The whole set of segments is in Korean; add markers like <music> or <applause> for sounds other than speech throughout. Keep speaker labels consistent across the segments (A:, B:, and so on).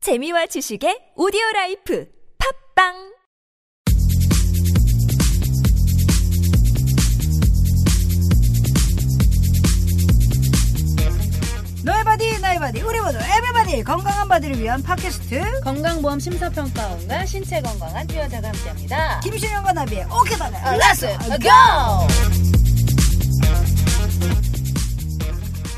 A: 재미와 지식의 오디오 라이프 팝빵
B: 너의 바디 나의 바디 우리 모두 에베바디 건강한 바디를 위한 팟캐스트
C: 건강보험 심사평가원과 신체 건강한 두 여자가 함께합니다. 아,
B: 김신영과 나비의 오케바다 아,
C: 렛츠
B: 렛츠
C: 고!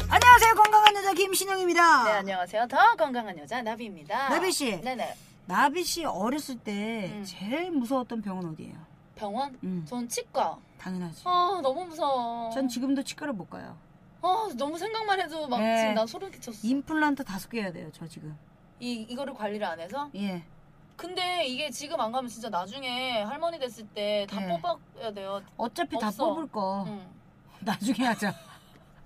B: 안녕하세요 건강한 여자 김신영입니다
C: 네, 안녕하세요. 더 건강한 여자 나비입니다.
B: 나비 씨.
C: 네네.
B: 나비 씨 어렸을 때
C: 음.
B: 제일 무서웠던 병은 어디예요?
C: 병원?
B: 음.
C: 전 치과.
B: 당연하지
C: 아, 너무 무서워.
B: 전 지금도 치과를 못 가요
C: 아, 너무 생각만 해도 막
B: 네.
C: 지금 나 소름 끼쳤어. 이...
B: 임플란트 다섯 개 해야 돼요 저 지금
C: 이거를 관리를 안 해서?
B: 예
C: 근데 이게 지금 안 가면 진짜 나중에 할머니 됐을 때 다
B: 네.
C: 뽑아야 돼요.
B: 어차피 다
C: 없어. 음.
B: 뽑을 거
C: 응.
B: 나중에 하자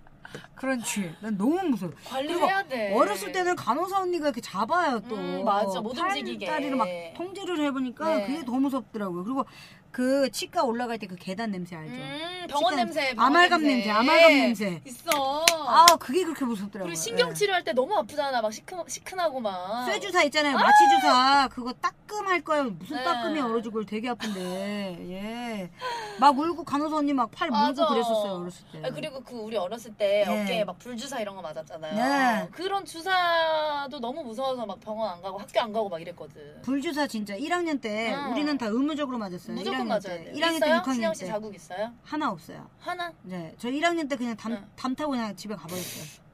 B: <laughs> 그런지 난 너무 무서워
C: 관리를
B: 그리고
C: 해야 돼.
B: 어렸을 때는 간호사 언니가 이렇게 잡아요 또
C: 네. 음, 맞아. 못 움직이게.
B: 팔다리를 막 통제를 해보니까
C: 네.
B: 그게 더 무섭더라고요 그리고 그 치과 올라갈 때 그 계단 냄새 알죠
C: 음, 병원
B: 치과는
C: 냄새. 병원
B: 아말감 냄새, 아말감 냄새.
C: 있어.
B: 아 그게 그렇게 무섭더라고요
C: 그리고 신경 치료할 때 너무 아프잖아. 막 시큰 시큰하고 막.
B: 예. 쇠주사 있잖아요 마취주사 그거 따끔할 거예요 무슨
C: 네.
B: 따끔이 얼어지고 그걸 되게 아픈데 예막 울고 간호사 언니 막 팔
C: 맞아.
B: 물고 그랬었어요 어렸을 때
C: 아, 그리고 그 우리 어렸을 때
B: 네.
C: 어깨에 막 불주사 이런 거 맞았잖아요.
B: 네.
C: 그런 주사도 너무 무서워서 막 병원 안 가고 학교 안 가고 막 이랬거든.
B: 불주사 진짜 1학년 때
C: 어.
B: 우리는 다 의무적으로 맞았어요 네,
C: 무조건
B: 1학년
C: 맞아야
B: 때
C: 돼.
B: 1학년 때
C: 있어요?
B: 6학년
C: 신영 씨
B: 때
C: 자국 있어요?
B: 하나 없어요
C: 하나?
B: 네, 저 1학년 때 그냥 담,
C: 응.
B: 담 타고 그냥 집에 가버렸어요.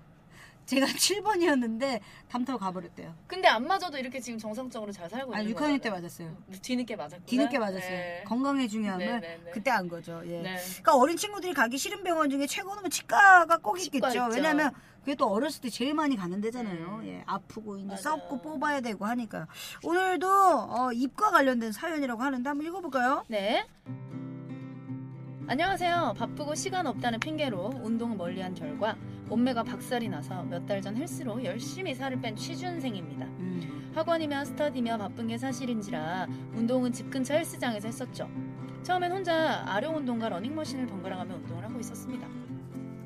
B: 제가 <laughs> 7번이었는데 담 타고 가버렸대요.
C: 근데 안 맞아도 이렇게 지금 정상적으로 잘 살고
B: 아니
C: 있는
B: 6학년 때
C: 거잖아요.
B: 맞았어요.
C: 뒤늦게 맞았구나.
B: 뒤늦게 맞았어요.
C: 어, 네.
B: 건강의 중요함을
C: 네, 네, 네.
B: 그때 안 거죠. 예.
C: 네.
B: 그러니까 어린 친구들이 가기 싫은 병원 중에 최고는 뭐 치과가 꼭
C: 치과
B: 있겠죠.
C: 있죠.
B: 왜냐면 그게 또 어렸을 때 제일 많이 가는 데잖아요.
C: 음.
B: 예, 아프고 이제
C: 맞아요.
B: 썩고 뽑아야 되고 하니까요. 오늘도 어, 입과 관련된 사연이라고 하는데 한번 읽어볼까요?
C: 네. 안녕하세요. 바쁘고 시간 없다는 핑계로 운동 멀리한 결과 몸매가 박살이 나서 몇 달 전 헬스로 열심히 살을 뺀 취준생입니다. 음. 학원이며 스터디며 바쁜 게 사실인지라 운동은 집 근처 헬스장에서 했었죠. 처음엔 혼자 아령 운동과 러닝머신을 번갈아 가며 운동을 하고 있었습니다.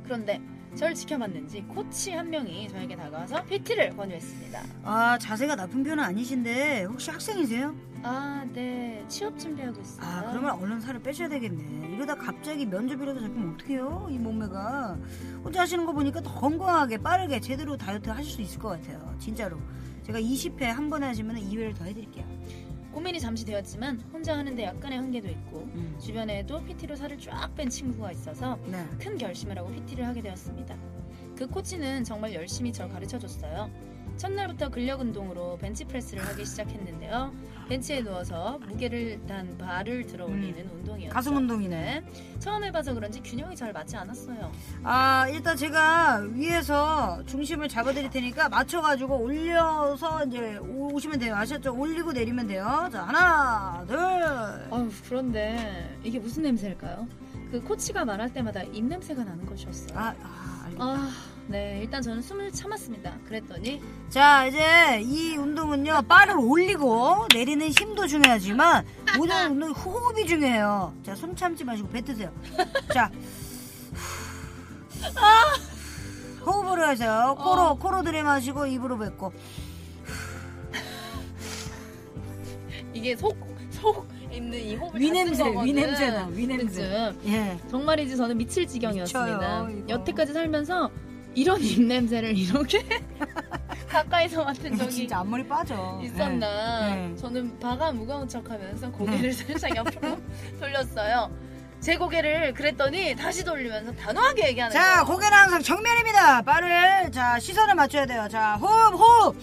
C: 그런데 절 지켜봤는지 코치 한 명이 저에게 다가와서 PT를 권유했습니다.
B: 아 자세가 나쁜 편은 아니신데 혹시 학생이세요?
C: 아, 네. 취업 준비하고 있어요.
B: 아 그러면 얼른 살을 빼셔야 되겠네 이러다 갑자기 면접이라도 잡히면 어떡해요 이 몸매가 혼자 하시는 거 보니까 더 건강하게 빠르게 제대로 다이어트 하실 수 있을 것 같아요 진짜로 제가 20회 한 번에 하시면 2회를 더 해드릴게요
C: 고민이 잠시 되었지만 혼자 하는데 약간의 한계도 있고
B: 음.
C: 주변에도 PT로 살을 쫙 뺀 친구가 있어서
B: 네.
C: 큰 결심을 하고 PT를 하게 되었습니다. 그 코치는 정말 열심히 절 가르쳐 줬어요. 첫날부터 근력 운동으로 벤치프레스를 하기 시작했는데요. 벤치에 누워서 무게를 단 바를 들어 올리는 음. 운동이었어요.
B: 가슴 운동이네
C: 네. 처음 해봐서 그런지 균형이 잘 맞지 않았어요.
B: 아 일단 제가 위에서 중심을 잡아드릴 테니까 맞춰가지고 올려서 이제 오- 오시면 돼요 아셨죠 올리고 내리면 돼요 자 하나 둘
C: 아유, 그런데 이게 무슨 냄새일까요? 그 코치가 말할 때마다 입 냄새가 나는 것이었어요.
B: 아, 아, 알겠다.
C: 아, 네. 일단 저는 숨을 참았습니다. 그랬더니
B: 자 이제 이 운동은요 바를 올리고 내리는 힘도 중요하지만
C: <laughs>
B: 모든 운동 호흡이 중요해요 자 숨 참지 마시고 뱉으세요
C: <laughs>
B: 자 호흡으로 하세요 코로
C: 어.
B: 코로 들이마시고 입으로 뱉고
C: 이게 속, 속 있는 이 호흡을
B: 위
C: 다쓴
B: 냄새, 위
C: 거거든.
B: 냄새나, 위 냄새.
C: 그쯤.
B: 예
C: 정말이지 저는 미칠 지경이었습니다.
B: 미쳐요, 이거.
C: 여태까지 살면서 이런
B: <laughs>
C: 입냄새를 이렇게 가까이서 맡은 적이
B: 진짜 앞머리 빠져
C: 있었나.
B: 네.
C: 저는 바가 무거운 척하면서 고개를 <laughs> 살짝 옆으로 돌렸어요. 제 고개를 그랬더니 다시 돌리면서 단호하게 얘기하는
B: 자 어.
C: 거예요.
B: 고개는 항상 정면입니다 바를 자 시선을 맞춰야 돼요 자 호흡 호흡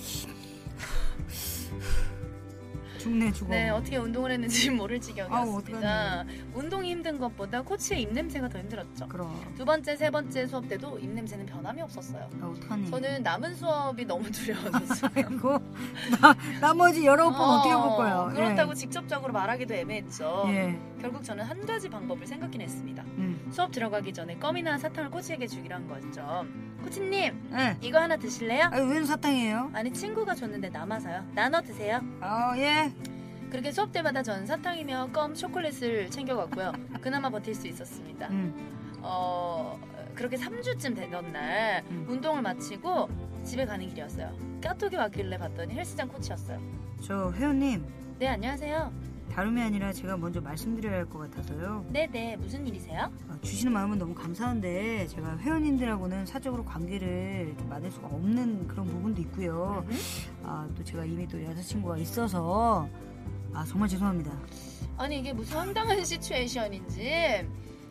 B: 죽네 죽어
C: 네, 어떻게 운동을 했는지 <laughs> 모를
B: 아우,
C: 지경이었습니다. 운동이 힘든 것보다 코치의 입냄새가 더 힘들었죠.
B: 그럼
C: 두 번째, 세 번째 수업 때도 입냄새는 변함이 없었어요.
B: 아, 어떡하니
C: 저는 남은 수업이 너무 <laughs> 두려워졌어요.
B: <laughs> 그리고 나, 나머지 여러 번 어, 떻게볼 거예요?
C: 그렇다고 직접적으로 말하기도 애매했죠.
B: 예. 예.
C: 결국 저는 한 가지 방법을 생각긴 했습니다.
B: 음.
C: 수업 들어가기 전에 껌이나 사탕을 코치에게 주기로 한 거죠. 코치님,
B: 예.
C: 이거 하나 드실래요?
B: 아, 웬 사탕이에요?
C: 아니 친구가 줬는데 남아서요. 나눠 드세요.
B: 아, 예.
C: 그렇게 수업 때마다 전 사탕이며 껌, 초콜릿을 챙겨갔고요. 그나마 버틸 수 있었습니다.
B: 음.
C: 어, 그렇게 3주쯤 되던 날
B: 음.
C: 운동을 마치고 집에 가는 길이었어요. 카톡이 왔길래 봤더니 헬스장 코치였어요.
B: 저 회원님
C: 네, 안녕하세요.
B: 다름이 아니라 제가 먼저 말씀드려야 할 것 같아서요.
C: 네네, 무슨 일이세요?
B: 어, 주시는 마음은 너무 감사한데 제가 회원님들하고는 사적으로 관계를 좀 만들 수가 없는 그런 부분도 있고요.
C: 음?
B: 아, 또 제가 이미 또 여자친구가 있어서 아 정말 죄송합니다.
C: 아니, 이게 무슨 황당한 시츄에이션인지.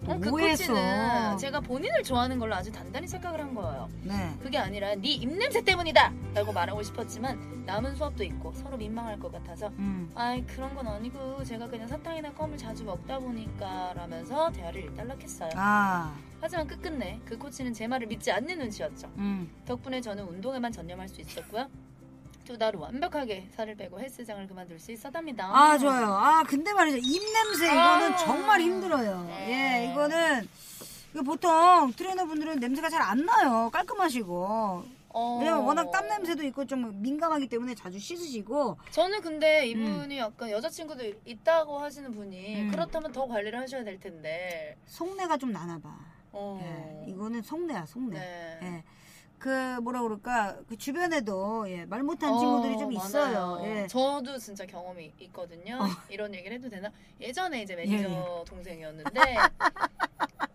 C: 어, 그
B: 오해했어.
C: 코치는 제가 본인을 좋아하는 걸로 아주 단단히 생각을 한 거예요.
B: 네.
C: 그게 아니라 네 입냄새 때문이다! 라고 말하고 싶었지만 남은 수업도 있고 서로 민망할 것 같아서
B: 음.
C: 아이 그런 건 아니고 제가 그냥 사탕이나 껌을 자주 먹다 보니까 라면서 대화를 일단락했어요.
B: 아,
C: 하지만 끝끝내 그 코치는 제 말을 믿지 않는 눈치였죠.
B: 음.
C: 덕분에 저는 운동에만 전념할 수 있었고요. 또 나로 완벽하게 살을 빼고 헬스장을 그만둘 수 있었답니다.
B: 아 좋아요. 아 근데 말이죠 입냄새 이거는
C: 아.
B: 정말 힘들어요.
C: 네.
B: 예, 이거는 이거 보통 트레이너분들은 냄새가 잘 안 나요. 깔끔하시고
C: 어.
B: 왜냐면 워낙 땀 냄새도 있고 좀 민감하기 때문에 자주 씻으시고
C: 저는 근데 이분이 약간 여자친구도 있다고 하시는 분이
B: 음.
C: 그렇다면 더 관리를 하셔야 될 텐데.
B: 속내가 좀 나나 봐.
C: 어.
B: 예, 이거는 속내야 속내.
C: 네.
B: 예. 그 뭐라 그럴까 그 주변에도 예, 말 못한
C: 어,
B: 친구들이 좀 있어요.
C: 많아요.
B: 예. 어.
C: 저도 진짜 경험이 있거든요. 이런 얘기를 해도 되나? 예전에 이제 매니저
B: <laughs>
C: 동생이었는데,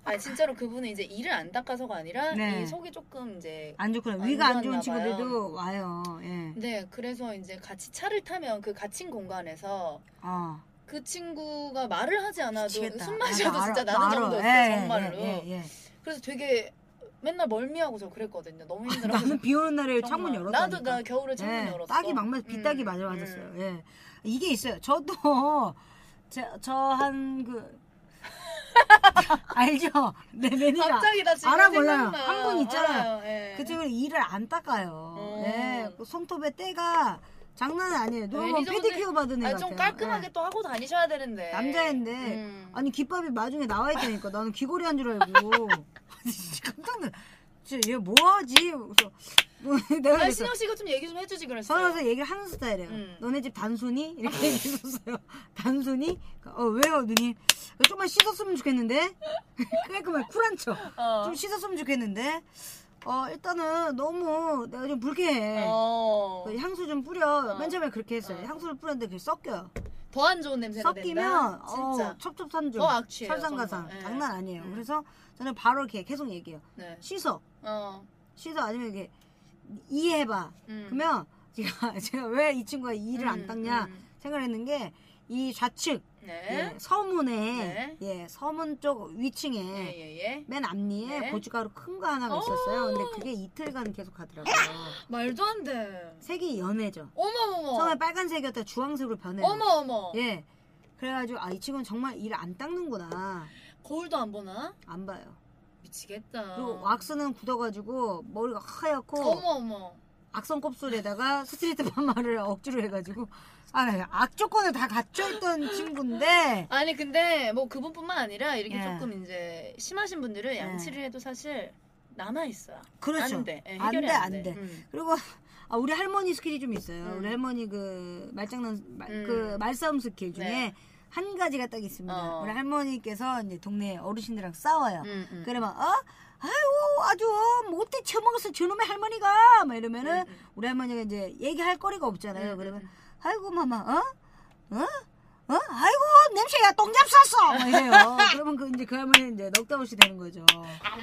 C: 아 진짜로 그분은 이제 이를 안 닦아서가 아니라
B: 네. 아.
C: 이 속이 조금 이제
B: 안 좋구나
C: 안
B: 위가 안 좋은
C: 좋았나 봐요.
B: 친구들도 와요. 예.
C: 네 그래서 이제 같이 차를 타면 그 갇힌 공간에서
B: 아
C: 그 친구가 말을 하지 않아도
B: 미치겠다.
C: 숨
B: 아,
C: 마셔도
B: 나 알아,
C: 진짜
B: 나
C: 나는
B: 알아.
C: 정도였어요
B: 예, 예,
C: 정말로.
B: 예, 예.
C: 그래서 되게 맨날 멀미하고 저 그랬거든요. 너무 힘들어서.
B: 아, 나는 비 오는 날에 창문 열었다.
C: 나도 나 겨울에 창문 열었어.
B: 딱이 막 맞, 비딱이
C: 음,
B: 맞아
C: 음.
B: 맞았어요. 예. 이게 있어요. 저도 <laughs> 저 한 그 <laughs> 알죠? 내 매니저
C: 갑자기 나 지금
B: 알아 몰라요.
C: 생각나.
B: 한분 있잖아요.
C: 알아요, 예.
B: 그쪽은 이를 안 닦아요.
C: 음.
B: 예. 그 손톱에 때가 장난 아니에요. 누가
C: 매니저분들-
B: 페디큐어 받은 애
C: 네, 아,
B: 같아요.
C: 좀 깔끔하게 또 하고 다니셔야 되는데.
B: 예. 남자인데
C: 네. 음.
B: 아니 깃밥이 마중에 나와 있다니까 나는 귀걸이 한 줄 알고 <laughs> 아니, 진짜 깜짝 놀라. 진짜 얘 뭐하지? 그래서 뭐, <laughs> 내가
C: 아,
B: 그랬어.
C: 신영 씨가 좀 얘기 좀 해주지 그랬어.
B: 전화해서 얘기를 하는 스타일이에요.
C: 음.
B: 너네 집 단순히? 이렇게 <laughs> 얘기했었어요. 단순히? 어, 왜요, 누님? 좀만 씻었으면 좋겠는데? <laughs> 깔끔하게 쿨한 척.
C: 어.
B: 좀 씻었으면 좋겠는데? 어, 일단은 너무 내가 좀 불쾌해.
C: 어.
B: 그 향수 좀 뿌려.
C: 어.
B: 맨 처음에 그렇게 했어요.
C: 어.
B: 향수를 뿌렸는데 그게 섞여요.
C: 더 안 좋은 냄새가
B: 섞이면,
C: 된다.
B: 어,
C: 진짜.
B: 첩첩산중.
C: 더 악취예요,
B: 설상가상.
C: 정말. 예.
B: 장난 아니에요.
C: 음.
B: 그래서 저는 바로 이렇게 계속 얘기해요.
C: 네.
B: 씻어.
C: 어.
B: 씻어. 아니면 이게 이해해봐.
C: 음.
B: 그러면 제가, <laughs> 제가 왜 이 친구가 이를 안
C: 음,
B: 닦냐
C: 음.
B: 생각했는 게 이 좌측
C: 네.
B: 예, 서문에
C: 네.
B: 예, 서문 쪽 위층에
C: 예, 예, 예.
B: 맨 앞니에
C: 네.
B: 고춧가루 큰 거 하나가
C: 어.
B: 있었어요. 근데 그게 이틀간 계속 가더라고요.
C: 말도 안 돼.
B: 색이 연해져.
C: 어머머머.
B: 처음에 빨간색이었다 주황색으로 변해요.
C: 어머어머.
B: 예. 그래가지고 아 이 친구는 정말 일 안 닦는구나.
C: 거울도 안 보나?
B: 안 봐요.
C: 미치겠다.
B: 그리고 왁스는 굳어가지고 머리가 하얗고
C: 아. 어머어머.
B: 악성 곱슬에다가 스트레이트 파마를 억지로 해가지고 아 악조건을 다 갖춰있던 친구인데
C: 아니 근데 뭐 그분뿐만 아니라 이렇게
B: 예.
C: 조금 이제 심하신 분들은 양치를 해도 사실 남아 있어요.
B: 그렇죠.
C: 안 돼. 예,
B: 안
C: 해결이
B: 돼,
C: 안,
B: 안
C: 돼.
B: 돼.
C: 음.
B: 그리고 아, 우리 할머니 스킬이 좀 있어요.
C: 음.
B: 우리 할머니 그 말장난 말,
C: 음.
B: 그 말싸움 스킬 중에
C: 네.
B: 한 가지가 딱 있습니다.
C: 어.
B: 우리 할머니께서 이제 동네 어르신들랑 싸워요.
C: 음, 음.
B: 그러면 어 아유 아주 못돼 쳐먹었어 저놈의 할머니가 막 이러면은
C: 음, 음.
B: 우리 할머니가 이제 얘기할 거리가 없잖아요.
C: 음,
B: 그러면
C: 음.
B: 아이고 마마 어? 어? 어? 아이고 냄새야 똥잡 쌌어 막
C: <laughs>
B: 이래요. 그러면 그 이제 그 할머니는 이제 넉다웃이 되는 거죠.
C: 아.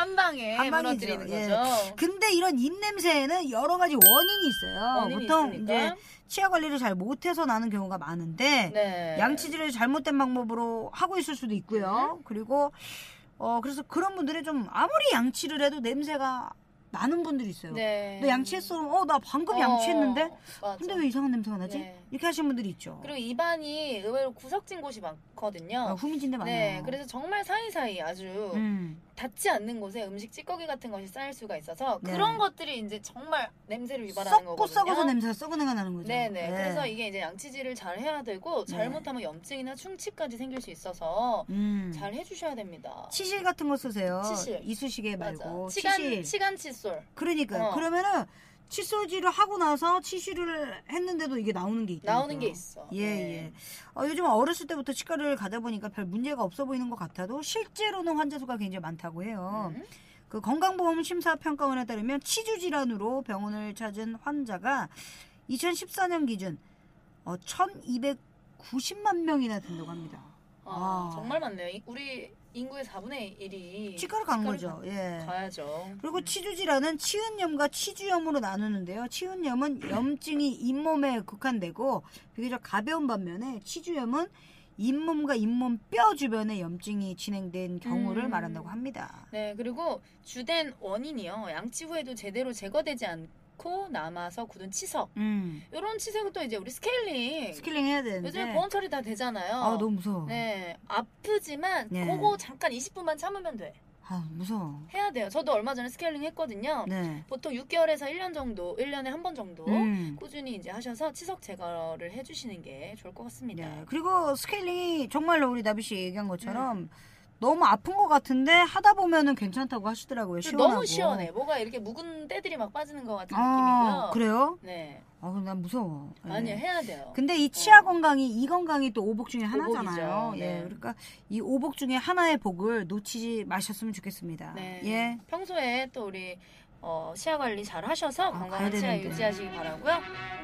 C: 한 방에
B: 한 방이죠.
C: 무너뜨리는
B: 예.
C: 거죠.
B: 근데 이런 입 냄새에는 여러 가지 원인이 있어요.
C: 원인이
B: 보통
C: 있으니까.
B: 이제 치아 관리를 잘 못해서 나는 경우가 많은데
C: 네.
B: 양치질을 잘못된 방법으로 하고 있을 수도 있고요. 그리고 어 그래서 그런 분들이 좀 아무리 양치를 해도 냄새가 나는 분들이 있어요.
C: 네.
B: 너 양치했어? 어 나 방금
C: 어,
B: 양치했는데
C: 맞아.
B: 근데 왜 이상한 냄새가 나지?
C: 네.
B: 이렇게 하시는 분들이 있죠.
C: 그리고 입안이 의외로 구석진 곳이 많거든요.
B: 아, 후미진데 많아요.
C: 네, 그래서 정말 사이사이 아주
B: 음.
C: 닿지 않는 곳에 음식 찌꺼기 같은 것이 쌓일 수가 있어서
B: 네.
C: 그런 것들이 이제 정말 냄새를 유발하는
B: 썩고
C: 거거든요.
B: 썩어서 냄새가 썩은 애가 나는 거죠.
C: 네네.
B: 네.
C: 그래서 이게 이제 양치질을 잘 해야 되고
B: 네.
C: 잘못하면 염증이나 충치까지 생길 수 있어서
B: 음.
C: 잘 해주셔야 됩니다.
B: 치실 같은 거 쓰세요.
C: 치실.
B: 이쑤시개 말고
C: 치간
B: 치실.
C: 치간 칫솔.
B: 그러니까
C: 어.
B: 요 그러면은 칫솔질을 하고 나서 치실을 했는데도 이게 나오는 게 있다.
C: 나오는 게 있어.
B: 네,
C: 네.
B: 예, 예. 어, 요즘 어렸을 때부터 치과를 가다 보니까 별 문제가 없어 보이는 것 같아도 실제로는 환자 수가 굉장히 많다고 해요.
C: 음.
B: 그 건강보험 심사평가원에 따르면 치주 질환으로 병원을 찾은 환자가 2014년 기준 어, 1,290만 명이나 된다고 합니다. 아.
C: 아, 정말 많네요. 이- 우리 인구의 4분의 1이
B: 치과를 간
C: 치과를
B: 거죠. 예.
C: 가야죠.
B: 그리고 치주질환은 치은염과 치주염으로 나누는데요. 치은염은 염증이 잇몸에 국한되고 비교적 가벼운 반면에 치주염은 잇몸과 잇몸뼈 주변에 염증이 진행된 경우를
C: 음.
B: 말한다고 합니다.
C: 네, 그리고 주된 원인이요. 양치 후에도 제대로 제거되지 않고 남아서 굳은 치석.
B: 음.
C: 이런 치석은 또 이제 우리 스케일링.
B: 스킬링 해야
C: 요즘에
B: 되는데.
C: 보험 처리 다 되잖아요.
B: 아 너무 무서워.
C: 네, 아프지만
B: 네.
C: 그거 잠깐 20분만 참으면 돼.
B: 아 무서워.
C: 해야 돼요. 저도 얼마 전에 스케일링 했거든요.
B: 네.
C: 보통 6개월에서 1년 정도, 1년에 한 번 정도
B: 음.
C: 꾸준히 이제 하셔서 치석 제거를 해주시는 게 좋을 것 같습니다.
B: 네. 그리고 스케일링이 정말로 우리 나비 씨 얘기한 것처럼
C: 음.
B: 너무 아픈 것 같은데 하다 보면은 괜찮다고 하시더라고요.
C: 그리고
B: 시원하고.
C: 너무 시원해. 뭐가 이렇게 묵은 때들이 막 빠지는 것 같은
B: 아,
C: 느낌이고요.
B: 그래요?
C: 네,
B: 아, 그럼 난 무서워. 예.
C: 아니 해야 돼요.
B: 근데 이 치아 건강이 이 건강이 또 오복 중에 하나잖아요.
C: 오복이죠.
B: 예,
C: 네.
B: 그러니까 이 오복 중에 하나의 복을 놓치지 마셨으면 좋겠습니다.
C: 네.
B: 예,
C: 평소에 또 우리 어, 치아 관리 잘 하셔서
B: 가야
C: 건강한 치아
B: 되는데.
C: 유지하시기 바라고요.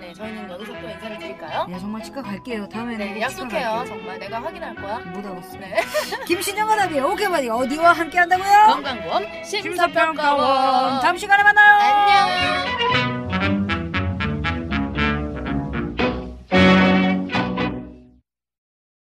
C: 네, 저희는 여기서 또 인사를 드릴까요?
B: 예, 정말 치과 갈게요. 다음에는
C: 네,
B: 꼭 치과
C: 약속해요.
B: 갈게요.
C: 정말 내가 확인할 거야.
B: 못 알아봤어. <laughs>
C: 네.
B: 김신영과 답이 오케바디 어디와 함께 한다고요?
C: 건강보험 심사평가원.
B: 심사평가원 다음 시간에 만나요.
C: 안녕.